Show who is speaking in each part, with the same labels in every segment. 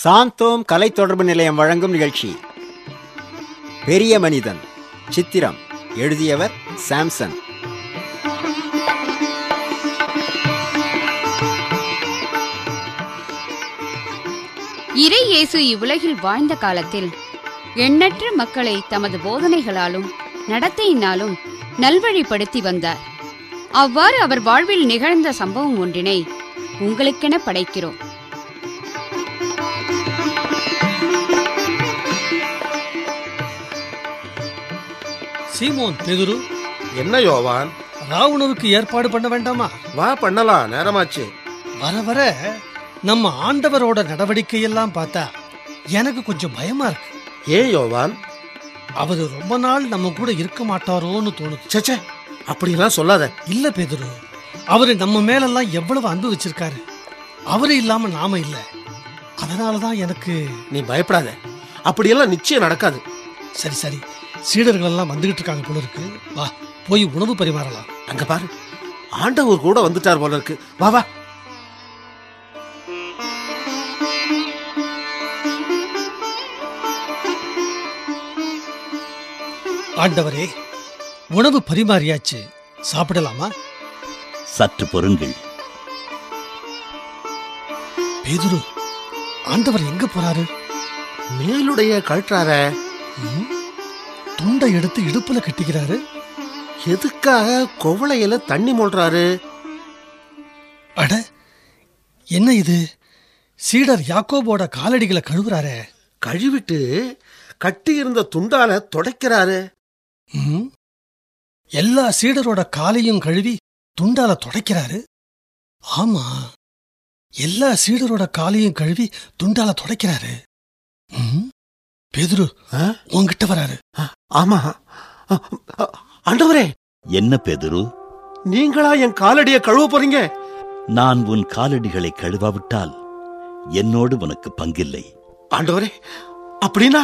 Speaker 1: சாந்தோம் கலை தொடர்பு நிலையம் வழங்கும் நிகழ்ச்சி பெரிய மனிதன் சித்திரம் எழுதியவர் சாம்சன்
Speaker 2: இறை இயேசு இவ்வுலகில் வாழ்ந்த காலத்தில் எண்ணற்ற மக்களை தமது போதனைகளாலும் நடத்தையினாலும் நல்வழிப்படுத்தி வந்தார் அவ்வாறு அவர் வாழ்வில் நிகழ்ந்த சம்பவம் ஒன்றினை உங்களுக்கென படைக்கிறோம்
Speaker 3: சீமோன் பேதுரு
Speaker 4: என்ன யோவான்
Speaker 3: ராவுணருக்கு ஏற்பாடு பண்ண வேண்டாமா
Speaker 4: வா பண்ணலாம் நேரமாச்சு
Speaker 3: வர வர நம்ம ஆண்டவரோட நடவடிக்கையெல்லாம் பார்த்தா எனக்கு கொஞ்சம் பயமா இருக்கு
Speaker 4: ஏன் யோவான்
Speaker 3: அவரு ரொம்ப நாள் நம்ம கூட இருக்க மாட்டாரோன்னு தோணுது
Speaker 4: சச்சே அப்படிலாம் சொல்லாத
Speaker 3: இல்ல பேதுரு அவரு நம்ம மேலெல்லாம் எவ்வளவு அன்பு வச்சிருக்காரு அவரு இல்லாம நாம இல்ல அதனால தான் எனக்கு
Speaker 4: நீ பயப்படாத அப்படியெல்லாம் நிச்சயம் நடக்காது
Speaker 3: சரி சரி சீடர்கள் எல்லாம் வந்துகிட்டு இருக்காங்க போல இருக்கு வா போய் உணவு பரிமாறலாம்
Speaker 4: அங்க பாரு ஆண்டவர் கூட வந்துட்டார் போல இருக்கு வா வா
Speaker 3: ஆண்டவரே உணவு பரிமாறியாச்சு சாப்பிடலாமா
Speaker 5: சற்று பொறுங்கள்
Speaker 3: பேதுரு ஆண்டவர் எங்க போறாரு
Speaker 4: மேலுடைய கழற்றார
Speaker 3: ம், துண்டை எடுத்து இடுப்புல கட்டிக்கிறாரு
Speaker 4: எதுக்காக குவளையில தண்ணி மோள்றாரு
Speaker 3: அட என்ன இது சீடர் யாக்கோபோட காலடிகளை கழுவுறாரே
Speaker 4: கழுவிட்டு கட்டியிருந்த துண்டால துடைக்கிறாரு
Speaker 3: ம், எல்லா சீடரோட காலையும் கழுவி துண்டால துடைக்கிறாரு ஆமா எல்லா சீடரோட காலையும் கழுவி துண்டால துடைக்கிறாரு ம், பேதுரு
Speaker 4: ஆ?
Speaker 3: உன்கிட்ட வராரு
Speaker 4: ஆமா அ, அ, ஆண்டவரே
Speaker 5: என்ன பேதுரு
Speaker 4: நீங்களா என் காலடிய கழுவ போறீங்க
Speaker 5: நான் உன் காலடிகளை கழுவாவிட்டால் என்னோடு உனக்கு பங்கில்லை
Speaker 4: ஆண்டவரே அப்படின்னா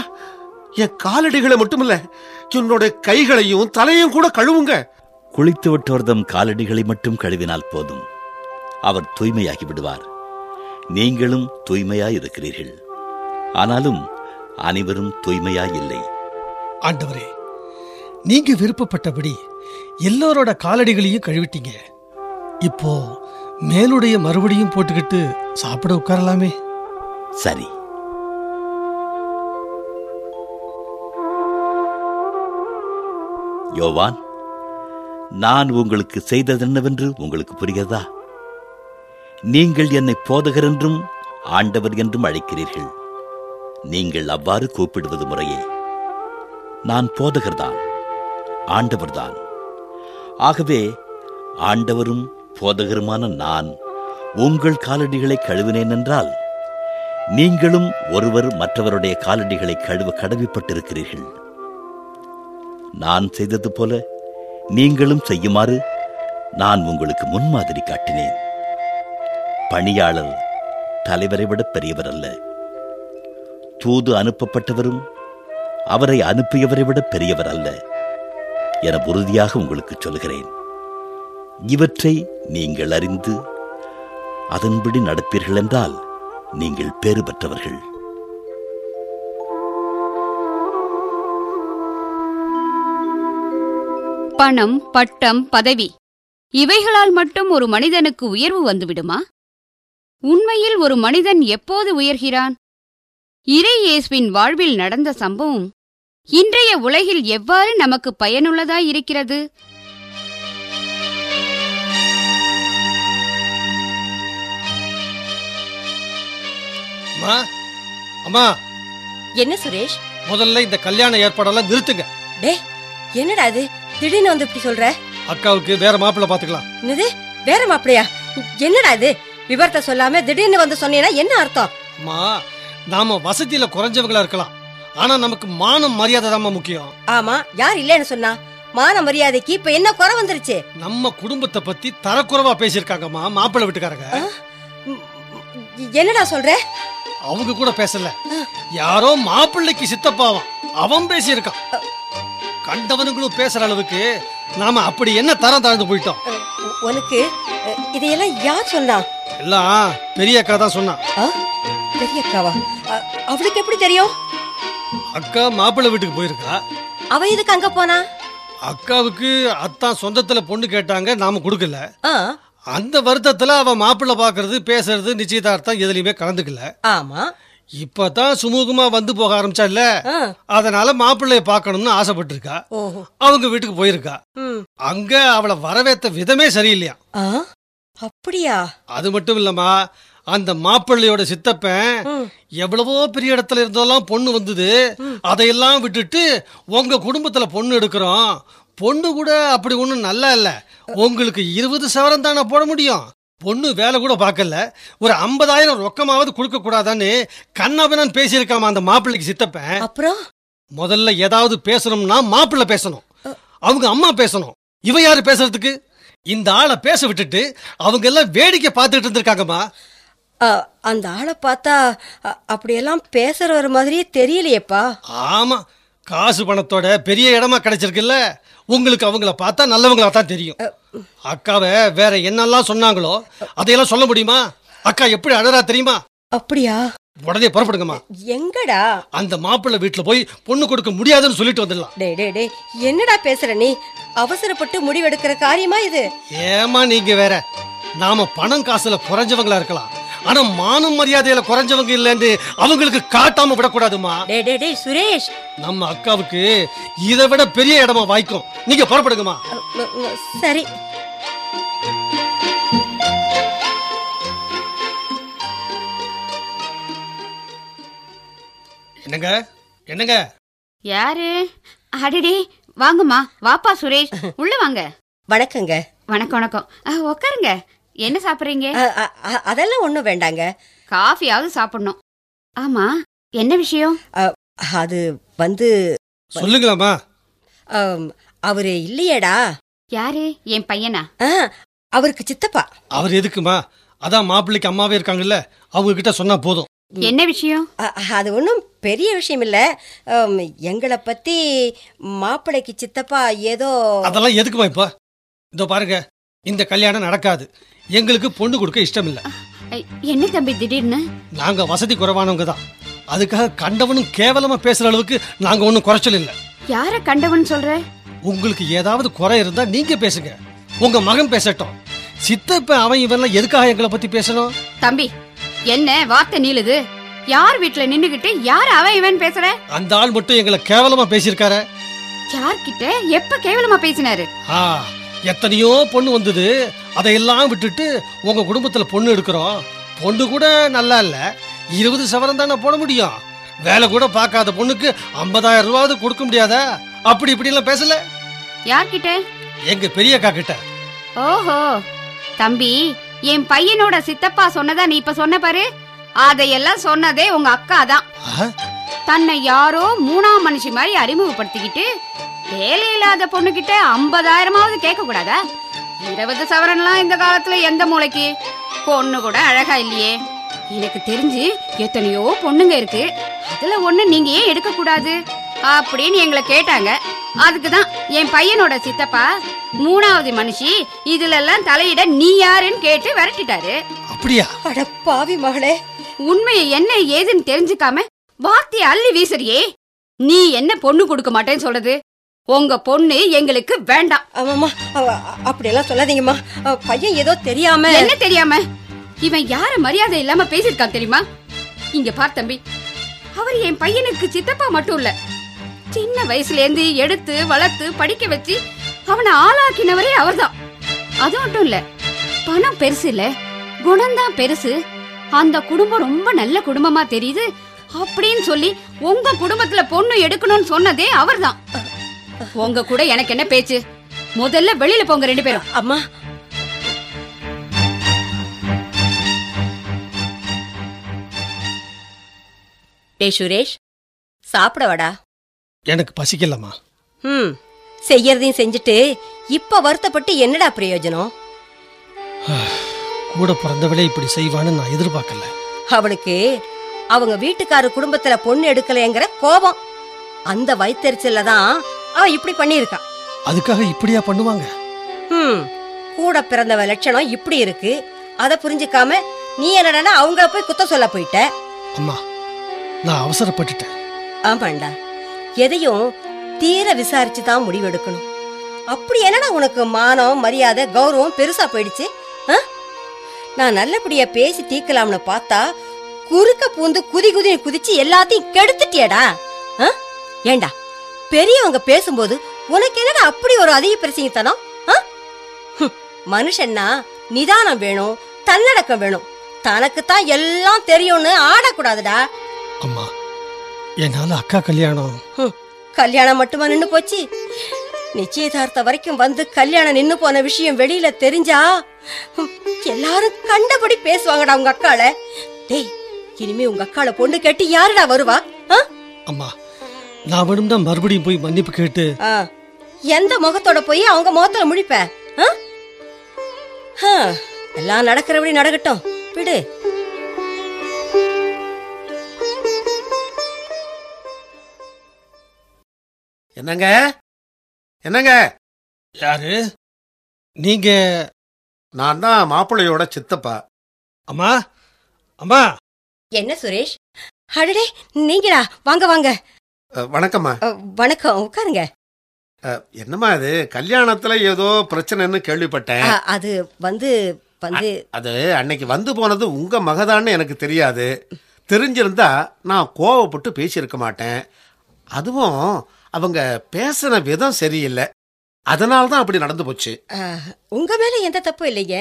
Speaker 4: என் காலடிகளை மட்டுமில்ல என்னோட கைகளையும் தலையும் கூட கழுவுங்க
Speaker 5: குளித்துவிட்டோர்தம் காலடிகளை மட்டும் கழுவினால் போதும் அவர் தூய்மையாகி விடுவார் நீங்களும் தூய்மையாய் இருக்கிறீர்கள் ஆனாலும் அனைவரும் தூய்மையாய் இல்லை
Speaker 3: ஆண்டவரே நீங்க விருப்பப்பட்டபடி எல்லோரோட காலடிகளையும் கழுவிட்டீங்க இப்போ மேலுடைய மறுபடியும் போட்டுக்கிட்டு சாப்பிட உட்காரலாமே
Speaker 5: சரி யோவான் நான் உங்களுக்கு செய்ததென்னவென்று உங்களுக்கு புரிகிறதா நீங்கள் என்னை போதகர் என்றும் ஆண்டவர் என்றும் அழைக்கிறீர்கள் நீங்கள் அவ்வாறு கூப்பிடுவது முறையே நான் போதகர்தான் ஆண்டவர்தான் ஆகவே ஆண்டவரும் போதகருமான நான் உங்கள் காலடிகளை கழுவினேன் என்றால் நீங்களும் ஒருவர் மற்றவருடைய காலடிகளை கழுவ கடமைப்பட்டிருக்கிறீர்கள் நான் செய்தது போல நீங்களும் செய்யுமாறு நான் உங்களுக்கு முன்மாதிரி காட்டினேன் பணியாளர் தலைவரை விட பெரியவர் அல்ல தூது அனுப்பப்பட்டவரும் அவரை அனுப்பியவரை விட பெரியவர் அல்ல என உறுதியாக உங்களுக்கு சொல்கிறேன் இவற்றை நீங்கள் அறிந்து அதன்படி நடப்பீர்கள் என்றால் நீங்கள் பேறு பெற்றவர்கள்
Speaker 2: பணம் பட்டம் பதவி இவைகளால் மட்டும் ஒரு மனிதனுக்கு உயர்வு வந்துவிடுமா உண்மையில் ஒரு மனிதன் எப்போது உயர்கிறான் இறை இயேசுவின் வாழ்வில் நடந்த சம்பவம் இன்றைய உலகில் எவ்வாறு நமக்கு பயனுள்ளதாய் இருக்கிறது
Speaker 3: அம்மா அம்மா
Speaker 6: என்ன சுரேஷ்
Speaker 3: முதல்ல இந்த கல்யாண ஏற்பாடெல்லாம் நிறுத்துங்க
Speaker 6: டேய் என்னடா இது திடீர்னு வந்து இப்படி சொல்ற
Speaker 3: அக்காவுக்கு வேற மாப்பிள்ளை பார்த்துக்கலாம்
Speaker 6: என்னது வேற மாப்பிளையா என்னடா இது விவரத்தை சொல்லாம திடீர்னு வந்து சொன்னீங்கன்னா என்ன அர்த்தம்
Speaker 3: அம்மா நாம வசதியில குறைஞ்சவங்களா இருக்கலாம் ஆனா நமக்கு மானம் மரியாதை தாம்மா முக்கியம்
Speaker 6: ஆமா யார் இல்லைன்னு சொன்னா மான மரியாதைக்கு இப்ப என்ன குறை வந்துருச்சு
Speaker 3: நம்ம குடும்பத்தை பத்தி தரக்குறைவா பேசியிருக்காங்கம்மா மாப்பிள்ளை வீட்டுக்காரங்க
Speaker 6: ம், ம், என்னடா சொல்ற
Speaker 3: அவங்க கூட பேசல யாரோ மாப்பிள்ளைக்கு சித்தப்பாவான் அவன் பேசியிருக்கான் கண்டவனுங்களும் பேசுற அளவுக்கு நாம அப்படி என்ன தரம் தாழ்ந்து போயிட்டோம்
Speaker 6: உ- உனக்கு அஹ், இதையெல்லாம் யார் சொன்னா
Speaker 3: எல்லாம் பெரிய அக்கா தான் சொன்னான்
Speaker 6: ஆ? பெரிய அக்காவா அ- அவளுக்கு எப்படி தெரியும்
Speaker 3: அக்கா மாப்பிள்ளை வீட்டுக்கு போயிருக்கா
Speaker 6: அவ எதுக்கு அங்க போனா
Speaker 3: அக்காவுக்கு அத்தான் சொந்தத்துல பொண்ணு கேட்டாங்க நாம கொடுக்கல
Speaker 6: ஆ
Speaker 3: அந்த வருத்தத்துல அவ மாப்பிள்ளை பாக்குறது பேசுறது நிச்சயதார்த்தம் எதுலயுமே கலந்துக்கல
Speaker 6: ஆமா
Speaker 3: இப்பதான் சுமூகமா வந்து போக ஆரம்பிச்சா இல்ல
Speaker 6: ஆ
Speaker 3: அதனால மாப்பிள்ளைய பார்க்கணும்னு ஆசைப்பட்டிருக்கா
Speaker 6: ஓஹோ
Speaker 3: அவங்க வீட்டுக்கு போயிருக்கா
Speaker 6: ம்
Speaker 3: அங்க அவளை வரவேத்த விதமே சரியில்லையா
Speaker 6: ஆ அப்படியா
Speaker 3: அது மட்டும் இல்லம்மா அந்த மாப்பிள்ளையோட சித்தப்பன்
Speaker 6: ம்.
Speaker 3: எவ்வளவோ பெரிய இடத்துல இருந்தெல்லாம் பொண்ணு வந்தது அதையெல்லாம் விட்டுட்டு உங்க குடும்பத்துல பொண்ணு எடுக்கிறோம் பொண்ணு கூட அப்படி ஒன்றும் நல்லா இல்ல உங்களுக்கு இருபது சவரம் தானே போட முடியும் பொண்ணு வேலை கூட பார்க்கல ஒரு ஐம்பதாயிரம் ரொக்கமாவது கொடுக்க கூடாதான்னு கண்ணாபினான் பேசியிருக்காமா அந்த மாப்பிள்ளைக்கு சித்தப்பன்
Speaker 6: அப்புறம்
Speaker 3: முதல்ல ஏதாவது பேசணும்னா மாப்பிள்ளை பேசணும் அவங்க அம்மா பேசணும் இவ யாரு பேசுறதுக்கு இந்த ஆளை பேச விட்டுட்டு அவங்க எல்லாம் வேடிக்கை பார்த்துட்டு இருந்திருக்காங்கம்மா
Speaker 6: அ, அந்த ஆளை பார்த்தா அ- அப்படியெல்லாம் பேசுற ஒரு மாதிரியே தெரியலையேப்பா
Speaker 3: ஆமா காசு பணத்தோட பெரிய இடமா கிடைச்சிருக்குல்ல உங்களுக்கு அவங்கள பார்த்தா நல்லவங்களா தான் தெரியும் அக்காவை வேற என்னெல்லாம் சொன்னாங்களோ அதையெல்லாம் சொல்ல முடியுமா அக்கா எப்படி அழறா தெரியுமா
Speaker 6: அப்படியா
Speaker 3: உடனே புறப்படுங்கம்மா
Speaker 6: எங்கடா
Speaker 3: அந்த மாப்பிள்ளை வீட்டுல போய் பொண்ணு கொடுக்க முடியாதுன்னு சொல்லிட்டு வந்துடலாம்
Speaker 6: டே டே டே என்னடா பேசுற நீ அவசரப்பட்டு முடிவெடுக்கிற காரியமா இது
Speaker 3: ஏமா நீங்க வேற நாம பணம் காசுல குறைஞ்சவங்களா இருக்கலாம் ஆனா மானம் மரியாதையில குறைஞ்சவங்க இல்லைன்னு அவங்களுக்கு காட்டாம விடக்கூடாதுமா
Speaker 6: டே டே டே சுரேஷ்
Speaker 3: நம்ம அக்காவுக்கு இதை விட பெரிய இடமா வாய்க்கும் நீங்க புறப்படுங்கம்மா
Speaker 6: அ, ந- ந- சரி
Speaker 3: என்னங்க என்னங்க
Speaker 2: யாரு அடடே வாங்கம்மா வாப்பா சுரேஷ் உள்ள வாங்க
Speaker 6: வணக்கங்க
Speaker 2: வணக்கம் வணக்கம் அஹ், உக்காருங்க என்ன சாப்பிடுறீங்க
Speaker 6: அ, அ, அ- அதெல்லாம் ஒன்றும் வேண்டாங்க
Speaker 2: காஃபியாவது சாப்பிடணும் ஆமா என்ன விஷயம்
Speaker 6: அது வந்து
Speaker 3: சொல்லுங்களாம்மா
Speaker 6: அம், அவரு இல்லையேடா
Speaker 2: யாரு என் பையனா
Speaker 6: ஆ, அவருக்கு சித்தப்பா
Speaker 3: அவர் எதுக்குமா அதான் மாப்பிள்ளைக்கு அம்மாவே இருக்காங்கல்ல அவங்க கிட்ட சொன்னா போதும்
Speaker 2: என்ன விஷயம்
Speaker 6: அ, அது ஒன்றும் பெரிய விஷயம் இல்லை எங்களை பற்றி மாப்பிள்ளைக்கு சித்தப்பா ஏதோ
Speaker 3: அதெல்லாம் எதுக்குமா இப்ப இதோ பாருங்க இந்த கல்யாணம் நடக்காது எங்களுக்கு பொண்ணு கொடுக்க இஷ்டம் இல்ல
Speaker 2: ஐ- என்ன தம்பி திடீர்னு
Speaker 3: நாங்க வசதி குறைவானவங்க தான் அதுக்காக கண்டவனும் கேவலமா பேசுற அளவுக்கு நாங்க ஒன்றும் குறைச்சல் இல்லை
Speaker 2: யார கண்டவன் சொல்ற
Speaker 3: உங்களுக்கு ஏதாவது குறை இருந்தா நீங்க பேசுங்க உங்க மகன் பேசட்டும் சித்தப்ப அவன் இவன்லாம் எதுக்காக எங்களை பத்தி பேசணும்
Speaker 2: தம்பி என்ன வார்த்தை நீளுது யார் வீட்ல நின்னுகிட்டு யார் அவன் இவன் பேசுற
Speaker 3: அந்த ஆள் மட்டும் எங்களை கேவலமா பேசியிருக்காரு
Speaker 2: யார்கிட்ட எப்ப கேவலமா பேசினாரு
Speaker 3: ஆ எத்தனையோ பொண்ணு வந்தது அதையெல்லாம் விட்டுட்டு உங்க குடும்பத்துல பொண்ணு எடுக்கிறோம் பொண்ணு கூட நல்லா இல்ல இருபது சவரம் தானே போட முடியும் வேலை கூட பார்க்காத பொண்ணுக்கு ஐம்பதாயிரம் ரூபாவது கொடுக்க முடியாதா அப்படி இப்படி எல்லாம் பேசல
Speaker 2: யார்கிட்ட
Speaker 3: எங்க பெரிய அக்கா கிட்ட
Speaker 2: ஓஹோ தம்பி என் பையனோட சித்தப்பா சொன்னதா நீ இப்ப சொன்ன பாரு அதையெல்லாம் சொன்னதே உங்க அக்கா தான்
Speaker 3: ஆ?
Speaker 2: தன்னை யாரோ மூணாம் மனுஷி மாதிரி அறிமுகப்படுத்திக்கிட்டு வேலையில்லாத பொண்ணுகிட்ட ஐம்பதாயிரமாவது கேட்க கூடாதா இருபது சவரன்லாம் இந்த காலத்துல எந்த மூளைக்கு பொண்ணு கூட அழகா இல்லையே எனக்கு தெரிஞ்சு எத்தனையோ பொண்ணுங்க இருக்கு அதுல ஒண்ணு நீங்க ஏன் எடுக்க கூடாது அப்படின்னு எங்களை கேட்டாங்க அதுக்கு தான் என் பையனோட சித்தப்பா மூணாவது மனுஷி இதுல எல்லாம் தலையிட நீ யாருன்னு கேட்டு விரட்டிட்டாரு
Speaker 3: அப்படியா
Speaker 6: அட பாவி மகளே
Speaker 2: உண்மையை என்ன ஏதுன்னு தெரிஞ்சுக்காம வார்த்தையை அள்ளி வீசுறியே நீ என்ன பொண்ணு கொடுக்க மாட்டேன்னு சொல்றது உங்க பொண்ணு எங்களுக்கு வேண்டாம்
Speaker 6: ஆமாம்மா அவ- அப்படியெல்லாம் சொல்லாதீங்கம்மா அவ பையன் ஏதோ தெரியாம
Speaker 2: என்ன தெரியாம இவன் யார மரியாதை இல்லாம பேசியிருக்கான் தெரியுமா இங்க பார் தம்பி அவர் என் பையனுக்கு சித்தப்பா மட்டும் இல்ல சின்ன வயசுல இருந்து எடுத்து வளர்த்து படிக்க வச்சு அவனை ஆளாக்கினவரே அவர்தான் அது மட்டும் இல்ல பணம் பெருசு இல்ல குணம்தான் பெருசு அந்த குடும்பம் ரொம்ப நல்ல குடும்பமா தெரியுது அப்படின்னு சொல்லி உங்க குடும்பத்துல பொண்ணு எடுக்கணும்னு சொன்னதே அவர்தான் உங்க கூட எனக்கு என்ன பேச்சு முதல்ல வெளியில போங்க ரெண்டு பேரும்
Speaker 6: அம்மா டே சுரேஷ் சாப்பிட வாடா
Speaker 3: எனக்கு பசிக்கலம்மா
Speaker 6: ம் செய்யறதையும் செஞ்சுட்டு இப்ப வருத்தப்பட்டு என்னடா பிரயோஜனம்
Speaker 3: கூட பிறந்தவளே இப்படி செய்வான்னு நான் எதிர்பார்க்கல
Speaker 6: அவளுக்கு அவங்க வீட்டுக்காரர் குடும்பத்துல பொண்ணு எடுக்கலைங்கிற கோபம் அந்த வயித்தெரிச்சல்ல தான் அவ இப்படி பண்ணியிருக்கா
Speaker 3: அதுக்காக இப்படியா பண்ணுவாங்க
Speaker 6: ம் கூட பிறந்தவ லட்சணம் இப்படி இருக்கு அதை புரிஞ்சுக்காம நீ என்னடா அவங்கள போய் குத்த சொல்ல போயிட்ட
Speaker 3: அம்மா நான் அவசரப்பட்டுட்டேன்
Speaker 6: ஆமாண்டா எதையும் தீர விசாரிச்சு தான் முடிவெடுக்கணும் அப்படி என்னடா உனக்கு மானம் மரியாதை கௌரவம் பெருசா போயிடுச்சு ஆ? நான் நல்லபடியா பேசி தீர்க்கலாம்னு பார்த்தா குறுக்க பூந்து குதி குதின்னு குதிச்சு எல்லாத்தையும் கெடுத்துட்டியடா ஆ? ஏண்டா பெரியவங்க பேசும்போது உனக்கு என்னடா அப்படி ஒரு அதிக பிரசிங்கத்தனம் ஆ? ஹம், மனுஷன்னா நிதானம் வேணும் தன்னடக்கம் வேணும் தனக்குத்தான் எல்லாம் தெரியும்னு ஆடக்கூடாதுடா
Speaker 3: அம்மா என்னால் அக்கா கல்யாணம்
Speaker 6: ஹம், கல்யாணம் மட்டுமா நின்னு போச்சு நிச்சயதார்த்தம் வரைக்கும் வந்து கல்யாணம் நின்னு போன விஷயம் வெளியில தெரிஞ்சா ஹம், எல்லாரும் கண்டபடி பேசுவாங்கடா உங்க அக்காள டேய் இனிமே உங்க அக்காள பொண்ணு கேட்டு யாருடா வருவா ஆ?
Speaker 3: அம்மா நான் வேணும்னா மறுபடியும் போய் மன்னிப்பு கேட்டு
Speaker 6: ஆ, எந்த முகத்தோட போய் அவங்க முகத்துல முழிப்ப ஆ? ஹ, எல்லாம் நடக்கிறபடி நடக்கட்டும் விடு
Speaker 4: என்னங்க என்னங்க
Speaker 3: யாரு நீங்க
Speaker 4: நான் தான் மாப்பிள்ளையோட சித்தப்பா
Speaker 3: அம்மா அம்மா
Speaker 6: என்ன சுரேஷ் அடடே நீங்களா வாங்க வாங்க
Speaker 4: அஹ், வணக்கம்மா
Speaker 6: அ, வணக்கம் உட்காருங்க
Speaker 4: அஹ், என்னம்மா இது கல்யாணத்துல ஏதோ பிரச்சனைன்னு கேள்விப்பட்டேன்
Speaker 6: ஆ, அது வந்து வந்து
Speaker 4: அது அன்னைக்கு வந்து போனது உங்க மகதான்னு எனக்கு தெரியாது தெரிஞ்சிருந்தா நான் கோவப்பட்டு பேசியிருக்க மாட்டேன் அதுவும் அவங்க பேசின விதம் சரியில்லை அதனால தான் அப்படி நடந்து போச்சு
Speaker 6: அஹ், உங்க மேல எந்த தப்பும் இல்லைங்க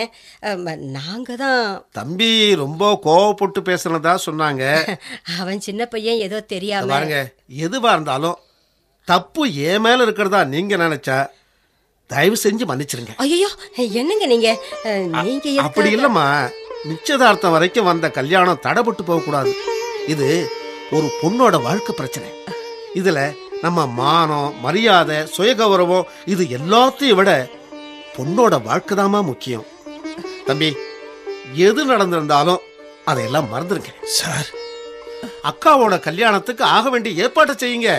Speaker 6: அம், நாங்க தான்
Speaker 4: தம்பி ரொம்ப கோவப்பட்டு பேசுனதா சொன்னாங்க
Speaker 6: அவன் சின்ன பையன் ஏதோ
Speaker 4: இத
Speaker 6: தெரியாம
Speaker 4: பாருங்க எதுவா இருந்தாலும் தப்பு என் மேல இருக்கிறதா நீங்க நினைச்சா தயவு செஞ்சு மன்னிச்சிருங்க
Speaker 6: ஐயோ என்னங்க நீங்க அஹ், நீங்க எதுக்காக-
Speaker 4: அப்படி இல்லம்மா நிச்சயதார்த்தம் வரைக்கும் வந்த கல்யாணம் தடைபட்டு போக கூடாது இது ஒரு பொண்ணோட வாழ்க்கை பிரச்சனை இதுல நம்ம மானம் மரியாதை சுயகௌரவம் இது எல்லாத்தையும் விட பொண்ணோட வாழ்க்கை தாம்மா முக்கியம் தம்பி எது நடந்திருந்தாலும் அதையெல்லாம் மறந்துருங்க
Speaker 3: சார்
Speaker 4: அக்காவோட கல்யாணத்துக்கு ஆக வேண்டிய ஏற்பாட்டை செய்யுங்க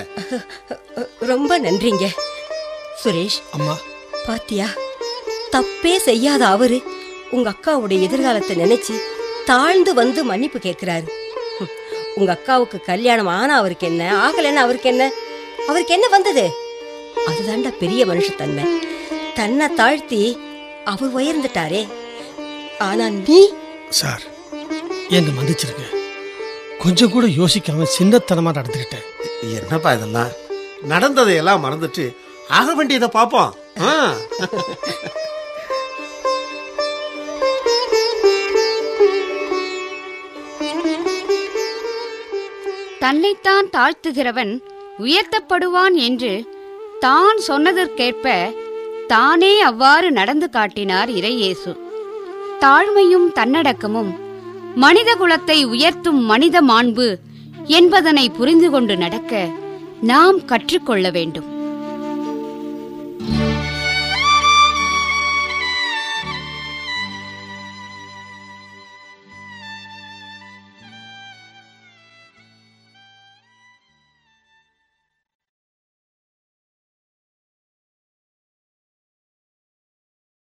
Speaker 6: ரொம்ப நன்றிங்க சுரேஷ்
Speaker 3: அம்மா
Speaker 6: பாத்தியா தப்பே செய்யாத அவரு உங்க அக்காவுடைய எதிர்காலத்தை நினைச்சு தாழ்ந்து வந்து மன்னிப்பு கேக்குறாரு ஹம், உங்க அக்காவுக்கு கல்யாணம் ஆனா அவருக்கு என்ன ஆகலைன்னா அவருக்கு என்ன அவருக்கு என்ன வந்தது அதுதான்டா பெரிய மனுஷத்தன்மை தன்னை தாழ்த்தி அவர் உயர்ந்துட்டாரே ஆனா நீ
Speaker 3: சார் என்னை மன்னிச்சிருங்க கொஞ்சம் கூட யோசிக்காம சின்னத்தனமா நடந்துக்கிட்டேன்
Speaker 4: என்னப்பா இதெல்லாம் நடந்ததையெல்லாம் மறந்துட்டு ஆக வேண்டியதை பார்ப்போம் ஆ
Speaker 2: தன்னைத்தான் தாழ்த்துகிறவன் உயர்த்தப்படுவான் என்று தான் சொன்னதற்கேற்ப தானே அவ்வாறு நடந்து காட்டினார் இறையேசு தாழ்மையும் தன்னடக்கமும் மனித குலத்தை உயர்த்தும் மனித மாண்பு என்பதனை புரிந்து கொண்டு நடக்க நாம் கற்றுக்கொள்ள வேண்டும்